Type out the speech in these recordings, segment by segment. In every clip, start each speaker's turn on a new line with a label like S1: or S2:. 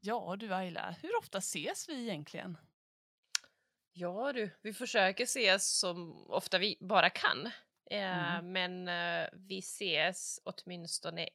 S1: Ja du Ayla, hur ofta ses vi egentligen?
S2: Ja du, vi försöker ses så ofta vi bara kan. Eh,
S1: Mm.
S2: Men eh, vi ses åtminstone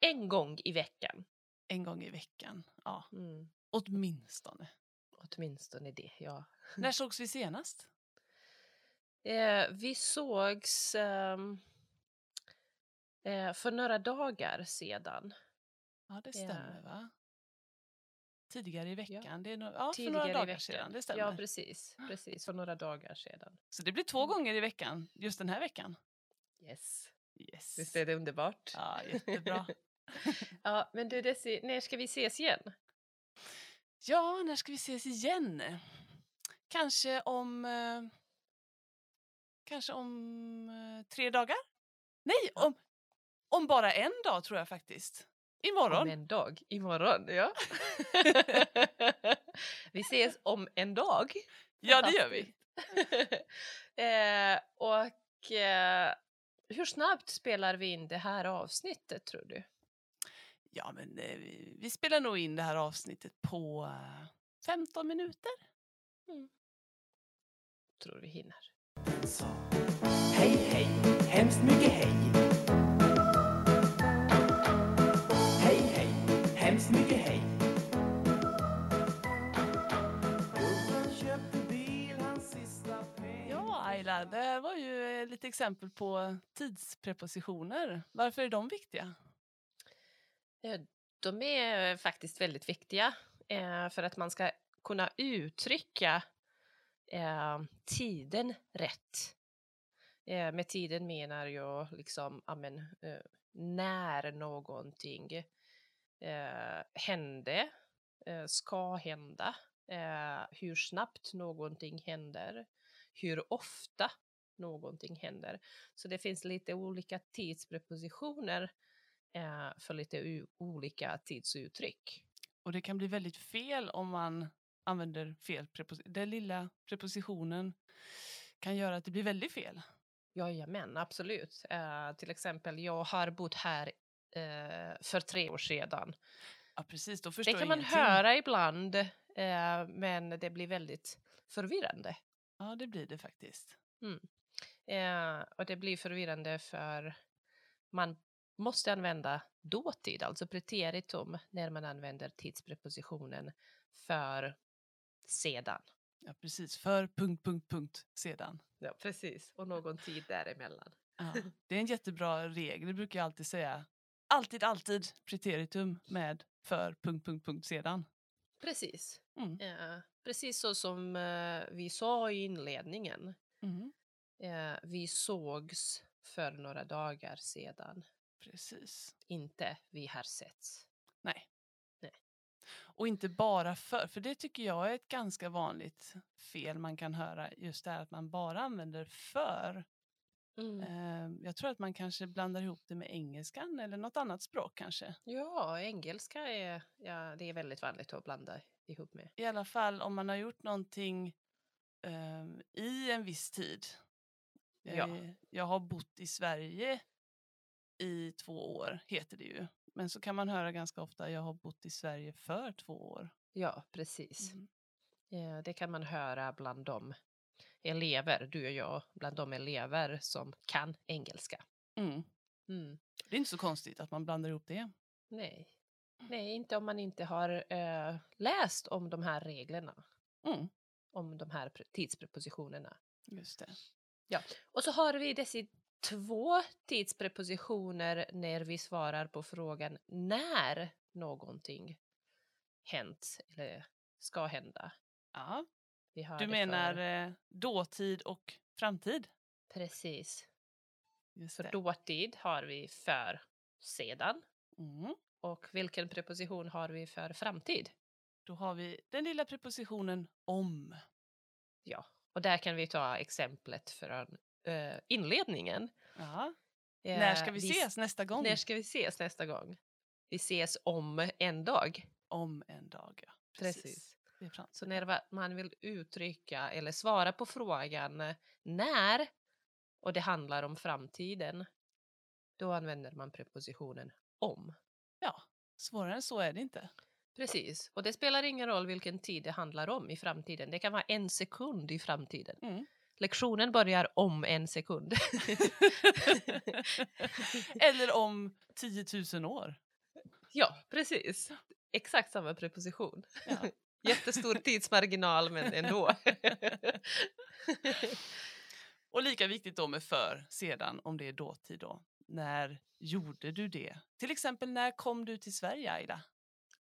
S2: en gång i veckan.
S1: En gång i veckan. Ja,
S2: Mm.
S1: åtminstone.
S2: Åtminstone det, ja.
S1: När sågs vi senast?
S2: Eh, Vi sågs ehm, eh, för några dagar sedan.
S1: Ja, det
S2: Ja.
S1: stämmer va? Tidigare i veckan. Det är no- ja, för
S2: Tidigare
S1: några
S2: i
S1: dagar
S2: veckan.
S1: sedan. Det stämmer.
S2: Ja, precis. Mm. Precis, för några dagar sedan.
S1: Så det blir två gånger i veckan just den här veckan.
S2: Yes.
S1: Yes.
S2: Visst är det underbart?
S1: Ja, jättebra.
S2: ja, men du Desi, när ska vi ses igen?
S1: Ja, när ska vi ses igen? Kanske om... eh, Kanske om eh, tre dagar? Nej, om, om bara en dag tror jag faktiskt.
S2: Om
S1: Imorgon.
S2: en dag. Imorgon, ja. vi ses om en dag.
S1: Ja, det gör vi.
S2: Fantastiskt. eh, och eh, hur snabbt spelar vi in det här avsnittet tror du?
S1: Ja, men eh, vi- vi spelar nog in det här avsnittet på eh, 15 minuter.
S2: Tror vi hinner.
S3: Så. Hej, hej, hemskt mycket hej. Hej, hej, hemskt mycket hej. Gubben köpte bil, hans sista peng.
S1: Ja, Ayla, det här var ju eh, lite exempel på tidsprepositioner. Varför är de viktiga?
S2: Eh, De är eh, faktiskt väldigt viktiga eh, för att man ska kunna uttrycka eh, tiden rätt. Eh, med tiden menar jag liksom amen, eh, när någonting eh, hände, eh, ska hända, eh, hur snabbt någonting händer, hur ofta någonting händer. Så det finns lite olika tidsprepositioner eh, för lite u- olika tidsuttryck.
S1: Och det kan bli väldigt fel om man använder fel preposition. Den lilla prepositionen kan göra att det blir väldigt fel.
S2: Jajamän, absolut. Eh, till exempel, jag har bott här eh, för tre år sedan.
S1: Ja, precis. Då förstår
S2: Det
S1: jag
S2: kan man
S1: ingenting.
S2: höra ibland, eh, men det blir väldigt förvirrande.
S1: Ja, det blir det faktiskt.
S2: Eh, och det blir förvirrande för man måste använda dåtid, alltså preteritum, när man använder tidsprepositionen för sedan.
S1: Ja, precis. För punkt, punkt, punkt sedan.
S2: Ja, precis. Och någon tid däremellan.
S1: Ja, det är en jättebra regel. Det brukar jag alltid säga. Alltid, alltid preteritum med för punkt, punkt, punkt sedan.
S2: Precis.
S1: Mm.
S2: Eh, precis så som eh, vi sa i inledningen.
S1: Mm.
S2: Eh, vi sågs för några dagar sedan.
S1: Precis.
S2: Inte vi har setts.
S1: Nej.
S2: Nej.
S1: Och inte bara för, för det tycker jag är ett ganska vanligt fel man kan höra. Just det här att man bara använder för. Eh, Jag tror att man kanske blandar ihop det med engelskan eller något annat språk kanske.
S2: Ja, engelska är, ja, det är väldigt vanligt att blanda ihop med.
S1: I alla fall om man har gjort någonting eh, i en viss tid.
S2: Ja.
S1: Eh, Jag har bott i Sverige i två år, heter det ju. Men så kan man höra ganska ofta, jag har bott i Sverige för två år.
S2: Ja, precis.
S1: Mm.
S2: Eh, det kan man höra bland de elever, du och jag, bland de elever som kan engelska.
S1: Mm.
S2: Mm.
S1: Det är inte så konstigt att man blandar ihop det.
S2: Nej. Nej, inte om man inte har eh, läst om de här reglerna.
S1: Mm.
S2: om de här pre- tidsprepositionerna.
S1: Just det.
S2: Och så har vi dessa två tidsprepositioner när vi svarar på frågan när någonting hänt eller ska hända.
S1: Ja.
S2: Vi har
S1: Du
S2: det
S1: menar
S2: För,
S1: eh, dåtid och framtid?
S2: precis.
S1: Just
S2: För
S1: det.
S2: dåtid har vi för sedan.
S1: Mm.
S2: Och vilken preposition har vi för framtid?
S1: Då har vi den lilla prepositionen om.
S2: Ja, och där kan vi ta exemplet från eh, inledningen.
S1: Ja. När ska
S2: Eh,
S1: vi ses nästa gång?
S2: När ska vi ses nästa gång? Vi ses om en dag.
S1: Om en dag, ja.
S2: Precis.
S1: Det är fram-
S2: Så när va- man vill uttrycka eller svara på frågan eh, när och det handlar om framtiden, då använder man prepositionen om.
S1: Ja, svårare än så är det inte.
S2: Precis, och det spelar ingen roll vilken tid det handlar om i framtiden. Det kan vara en sekund i framtiden.
S1: Mm.
S2: Lektionen börjar om en sekund.
S1: Eller om 10 000 år.
S2: ja, precis. Exakt samma preposition.
S1: Ja.
S2: Jättestor tidsmarginal, men ändå.
S1: Och lika viktigt då med för sedan, om det är dåtid då. När gjorde du det? Till exempel, när kom du till Sverige, Aida?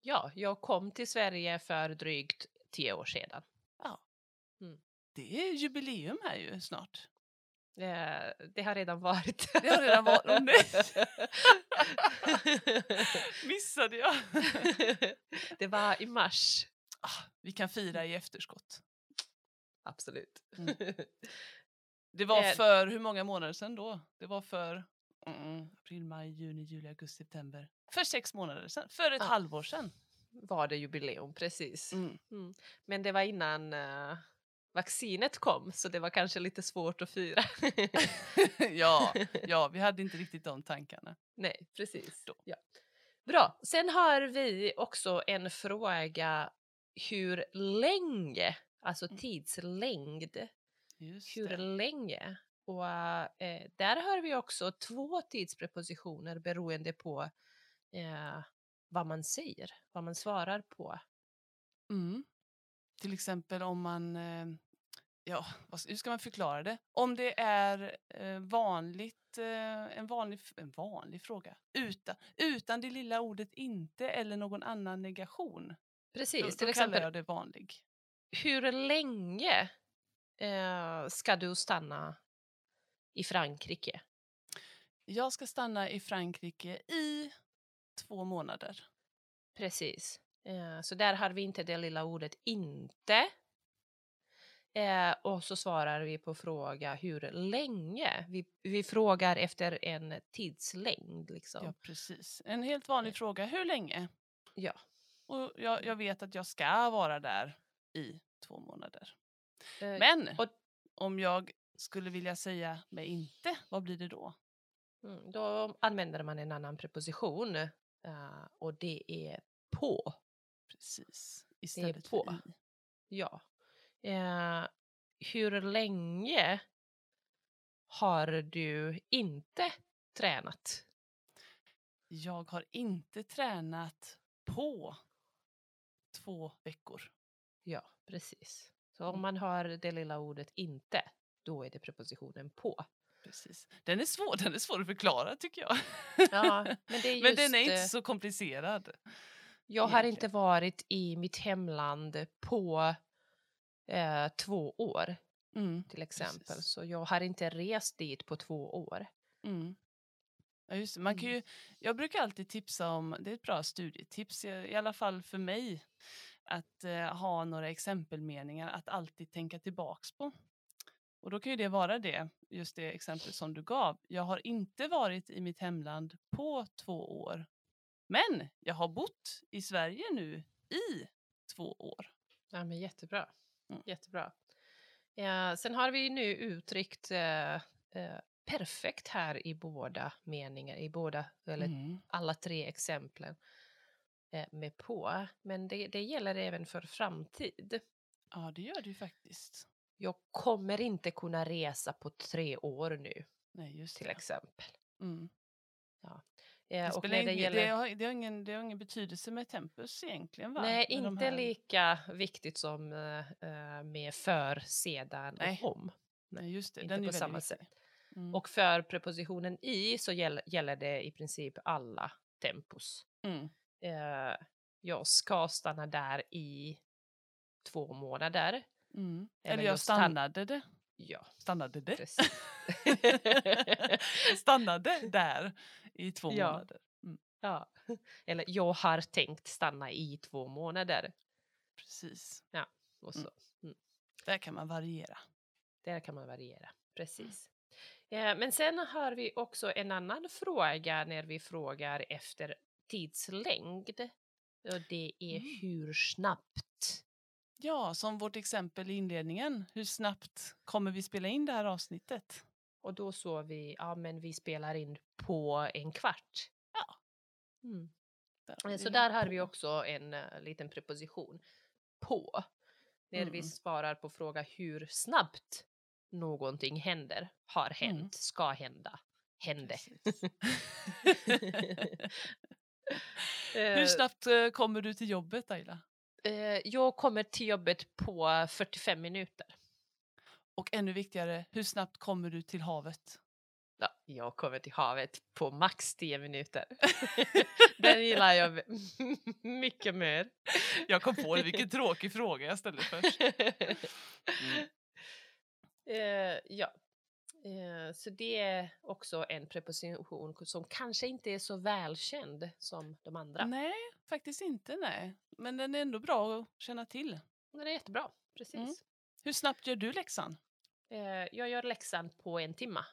S2: ja, jag kom till Sverige för drygt tio år sedan.
S1: Det är jubileum här ju snart.
S2: Eh, Det har redan varit.
S1: Det har redan varit- åh, nej. Missade jag!
S2: det var i mars.
S1: Ah, vi kan fira i efterskott.
S2: Absolut.
S1: Mm. Det var
S2: Eh.
S1: för hur många månader sedan då? Det var för mm, april, maj, juni, juli, augusti, september. För sex månader sedan. För ett
S2: Ja.
S1: halvår sedan.
S2: Var det jubileum, precis.
S1: Mm.
S2: Men det var innan eh, vaccinet kom, så det var kanske lite svårt att fira.
S1: ja, ja, vi hade inte riktigt de tankarna.
S2: Nej, precis.
S1: Då.
S2: Ja. Bra. Sen har vi också en fråga hur länge, alltså tidslängd,
S1: Mm. Just
S2: hur
S1: det.
S2: länge? Och eh, där har vi också två tidsprepositioner beroende på eh, vad man säger, vad man svarar på.
S1: Mm. Till exempel om man... eh, Ja, vad s- hur ska man förklara det? Om det är eh, vanligt, eh, en, vanlig, f- en vanlig fråga utan, utan det lilla ordet inte eller någon annan negation. Då,
S2: Precis, till
S1: då kallar
S2: exempel
S1: jag det vanlig.
S2: hur länge eh, ska du stanna i Frankrike?
S1: Jag ska stanna i Frankrike i två månader.
S2: Precis. Eh, så där har vi inte det lilla ordet inte. Eh, och så svarar vi på fråga hur länge. Vi, vi frågar efter en tidslängd. Liksom.
S1: Ja, precis. En helt vanlig fråga. Hur länge?
S2: Eh. Ja.
S1: Och jag, jag vet att jag ska vara där i två månader.
S2: Eh,
S1: Men
S2: och-
S1: om jag skulle vilja säga med inte, vad blir det då?
S2: mm, då använder man en annan preposition eh, och det är på.
S1: Precis. Istället
S2: på.
S1: för i.
S2: Ja. Eh, hur länge har du inte tränat?
S1: Jag har inte tränat på två veckor.
S2: Ja, precis. Så
S1: Mm.
S2: om man har det lilla ordet inte, då är det prepositionen på.
S1: Precis. Den är svår, den är svår att förklara tycker jag.
S2: Ja, men det är
S1: Men den är
S2: just,
S1: inte
S2: eh,
S1: så komplicerad.
S2: Jag har
S1: egentligen.
S2: inte varit i mitt hemland på eh, två år
S1: Mm.
S2: till exempel.
S1: Precis.
S2: Så jag har inte rest dit på två år.
S1: Mm. Ja, just det. Man
S2: Mm.
S1: kan ju, jag brukar alltid tipsa om, det är ett bra studietips, i i alla fall för mig, att eh, ha några exempelmeningar att alltid tänka tillbaks på. Och då kan ju det vara det, just det exempel som du gav. Jag har inte varit i mitt hemland på två år, men jag har bott i Sverige nu i två år.
S2: Ja, men jättebra.
S1: Mm.
S2: jättebra. Eh, sen har vi ju nu uttryckt eh, eh, perfekt här i båda meningar, i båda, eller
S1: Mm.
S2: alla tre exemplen eh, med på. Men det, det gäller även för framtid.
S1: Ja, det gör det ju faktiskt.
S2: Jag kommer inte kunna resa på tre år nu,
S1: Nej, just
S2: till
S1: det.
S2: exempel.
S1: Mm.
S2: Eh,
S1: Det,
S2: och
S1: spelar
S2: när det
S1: ingen,
S2: gäller,
S1: det, har, det, har ingen, det har ingen betydelse med tempus egentligen va?
S2: nej,
S1: Med de
S2: inte
S1: här-
S2: lika viktigt som eh, eh, med för, sedan
S1: Nej. Mm.
S2: och om.
S1: Nej, just det.
S2: inte
S1: den är
S2: på
S1: väldigt
S2: samma
S1: viktig.
S2: sätt.
S1: Mm.
S2: Och för prepositionen i så gäll, gäller det i princip alla tempus.
S1: mm.
S2: Eh, jag ska stanna där i två månader.
S1: Mm.
S2: Eller
S1: Eller jag
S2: jag stann-
S1: stannade det.
S2: Ja,
S1: Stannade det?
S2: precis.
S1: stannade där i två
S2: Ja.
S1: månader.
S2: Mm. Ja. Eller jag har tänkt stanna i två månader.
S1: Precis.
S2: Och så.
S1: Mm. Där kan man variera.
S2: Där kan man variera. Precis. Eh, men sen har vi också en annan fråga när vi frågar efter tidslängd. Och det är
S1: Mm.
S2: hur snabbt?
S1: Ja, som vårt exempel i inledningen. Hur snabbt kommer vi spela in det här avsnittet?
S2: Och då såg vi, ja men vi spelar in på en kvart.
S1: Ja.
S2: Mm.
S1: Där
S2: Eh,
S1: har
S2: Så
S1: vi
S2: där
S1: på.
S2: hade vi också en eh, liten preposition på. När vi
S1: Mm.
S2: svarar på fråga hur snabbt någonting händer, har hänt,
S1: Mm.
S2: ska hända, hände.
S1: Precis. Hur
S2: Eh,
S1: snabbt eh, kommer du till jobbet Ayla?
S2: eh, Jag kommer till jobbet på 45 minuter.
S1: Och ännu viktigare, hur snabbt kommer du till havet?
S2: Ja, jag kommer till havet på max 10 minuter. Den gillar jag mycket mer.
S1: Jag kom på det, vilken tråkig fråga jag ställde först. Mm.
S2: Eh, ja. Eh, så det är också en preposition som kanske inte är så välkänd som de andra.
S1: Nej, faktiskt inte nej. Men den är ändå bra att känna till.
S2: Men det är jättebra, precis.
S1: Hur snabbt gör du läxan?
S2: Eh, jag gör läxan på en timma.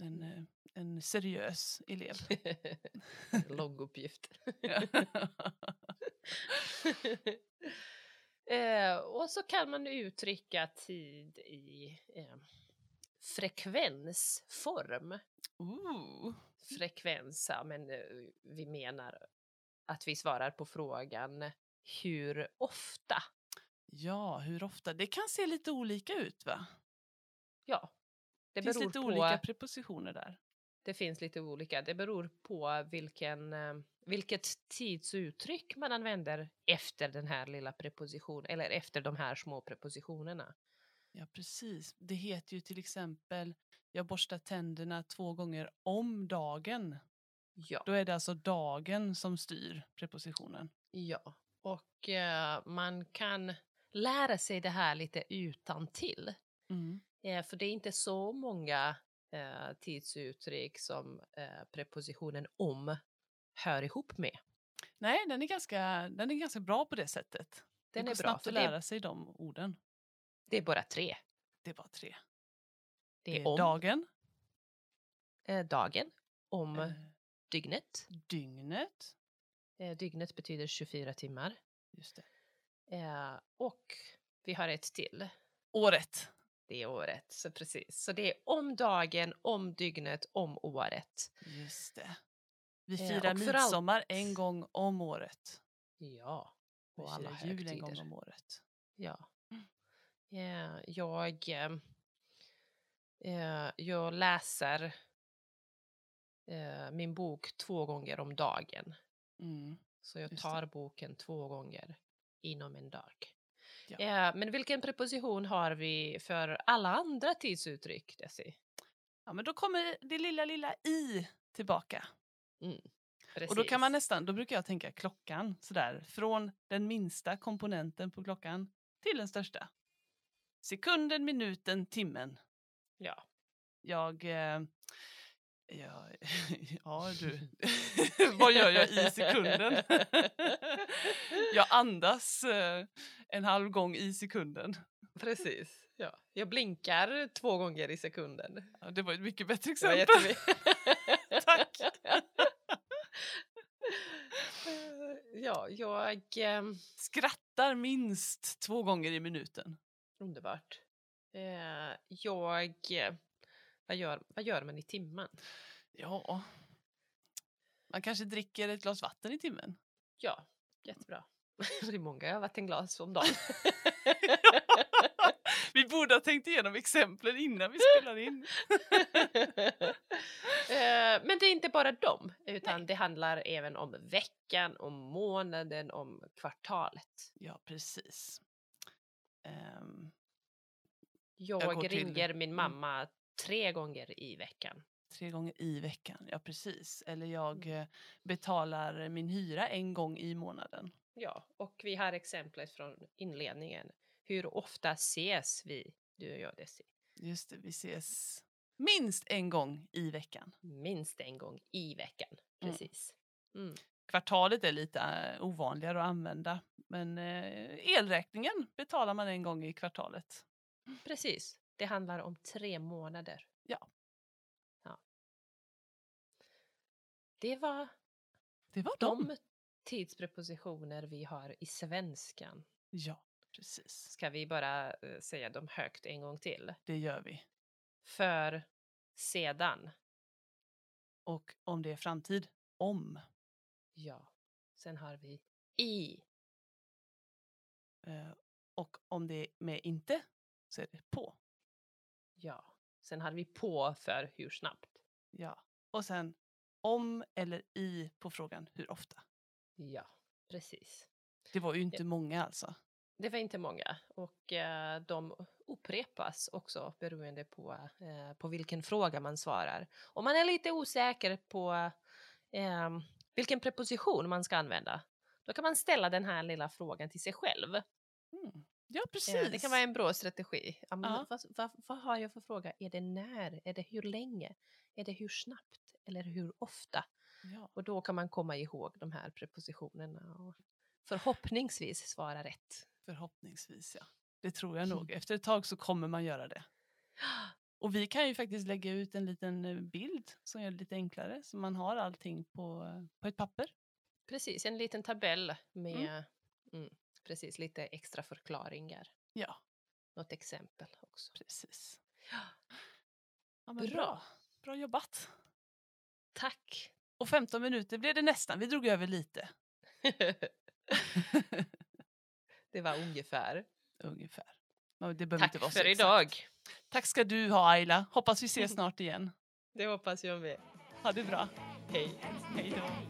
S1: En, eh, en seriös elev.
S2: Lång uppgift.
S1: Ja.
S2: eh, och så kan man uttrycka tid i eh, frekvensform.
S1: Ooh.
S2: frekvens, ja, men eh, vi menar att vi svarar på frågan hur ofta?
S1: Ja, hur ofta? Det kan se lite olika ut va?
S2: Ja, det
S1: Det finns
S2: beror
S1: lite
S2: på.
S1: olika prepositioner där.
S2: Det finns lite olika. Det beror på vilken, eh, vilket tidsuttryck man använder efter den här lilla prepositionen eller efter de här små prepositionerna.
S1: Ja, precis. Det heter ju till exempel jag borstar tänderna två gånger om dagen.
S2: Ja,
S1: Då är det alltså dagen som styr prepositionen.
S2: ja, och eh, man kan lära sig det här lite utan till. Eh, för det är inte så många eh, tidsuttryck som eh, prepositionen om hör ihop med.
S1: Nej, den är, ganska, den är ganska bra på det sättet.
S2: Den
S1: det går
S2: är bra,
S1: snabbt
S2: för
S1: att
S2: det,
S1: lära
S2: är-
S1: sig de orden.
S2: det är bara tre.
S1: Det är bara tre.
S2: Det är om
S1: dagen,
S2: eh, dagen, om
S1: eh,
S2: dygnet.
S1: dygnet,
S2: Eh, dygnet betyder 24 timmar.
S1: just det.
S2: Eh, och vi har ett till.
S1: året.
S2: Det är året, så precis. Så det är om dagen, om dygnet, om året.
S1: Just det. Vi
S2: Eh,
S1: firar
S2: och för allt-
S1: midsommar en gång om året.
S2: Ja,
S1: Vi
S2: på alla
S1: firar jul en gång
S2: högtider.
S1: om året.
S2: Ja. Eh, jag, eh, eh, jag läser eh, min bok två gånger om dagen.
S1: Mm.
S2: Så jag
S1: Just det.
S2: tar boken två gånger inom en dag.
S1: Ja.
S2: Eh, men vilken preposition har vi för alla andra tidsuttryck, Desi?
S1: Ja, men då kommer det lilla, lilla i tillbaka. Och då
S2: Precis.
S1: kan man nästan, då brukar jag tänka klockan sådär, från den minsta komponenten på klockan till den största. Sekunden, minuten, timmen.
S2: Ja.
S1: Jag, eh, ja, ja du, vad gör jag i sekunden? jag andas eh, en halv gång i sekunden.
S2: Precis. Ja. Jag blinkar två gånger i sekunden.
S1: Ja, det var ett mycket bättre
S2: Det var
S1: exempel.
S2: jättemy-
S1: Tack.
S2: Eh, ja, jag... ehm,
S1: Skrattar minst två gånger i minuten.
S2: Underbart. Eh, jag... eh, Vad gör, vad gör man i timmen?
S1: Ja. Man kanske dricker ett glas vatten i timmen.
S2: Ja, jättebra. Det är många vattenglas om dagen.
S1: Vi borde ha tänkt igenom exemplen innan vi spelar in.
S2: Eh, Men det är inte bara dem, utan det handlar även om veckan, om månaden, om kvartalet.
S1: Ja, precis. Ehm,
S2: Jag,
S1: går till- mm.
S2: ringer min mamma tre gånger i veckan.
S1: tre gånger i veckan, ja precis. Eller jag eh, betalar min hyra en gång i månaden.
S2: Ja, och vi har exemplet från inledningen. Hur ofta ses vi, du och jag, Desi?
S1: Just det, vi ses minst en gång i veckan.
S2: minst en gång i veckan.
S1: Mm.
S2: Precis.
S1: Kvartalet är lite eh, ovanligare att använda, men eh, elräkningen betalar man en gång i kvartalet.
S2: Precis. Det handlar om tre månader.
S1: Ja.
S2: ja. Det var
S1: Det var dem.
S2: de tidsprepositioner vi har i svenskan.
S1: Ja, precis.
S2: Ska vi bara eh, säga dem högt en gång till?
S1: Det gör vi.
S2: För, sedan,
S1: Och om det är framtid, om.
S2: Ja. Sen har vi i.
S1: Eh, och om det är med inte så är det på.
S2: Ja. Sen hade vi på för hur snabbt.
S1: Ja. Och sen om eller i på frågan hur ofta.
S2: Ja, precis.
S1: Det var ju inte många alltså.
S2: Det var inte många och eh, de upprepas också beroende på, eh, på vilken fråga man svarar. Om man är lite osäker på eh, vilken preposition man ska använda, då kan man ställa den här lilla frågan till sig själv.
S1: Mm. Ja, precis.
S2: Eh, det kan vara en bra strategi. Ja, men
S1: Ja.
S2: Vad, vad, vad har jag för fråga? Är det när? Är det hur länge? Är det hur snabbt? Eller hur ofta?
S1: ja.
S2: Och då kan man komma ihåg de här prepositionerna och förhoppningsvis svara rätt.
S1: Förhoppningsvis ja. Det tror jag nog. Efter ett tag så kommer man göra det. Och vi kan ju faktiskt lägga ut en liten eh, bild som gör det lite enklare. Så man har allting på, eh, på ett papper.
S2: Precis, en liten tabell med mm, precis lite extra förklaringar.
S1: Ja,
S2: Något exempel också.
S1: precis.
S2: Ja.
S1: Ja, men
S2: Bra.
S1: bra. Bra jobbat.
S2: Tack!
S1: Och 15 minuter blev det nästan. Vi drog över lite.
S2: det var ungefär.
S1: Ungefär. Men det behöver inte vara
S2: Tack
S1: så
S2: för
S1: exakt.
S2: idag!
S1: Tack ska du ha Ayla. Hoppas vi ses snart igen.
S2: Det hoppas jag med.
S1: Ha det bra.
S2: Hej!
S1: Hej då.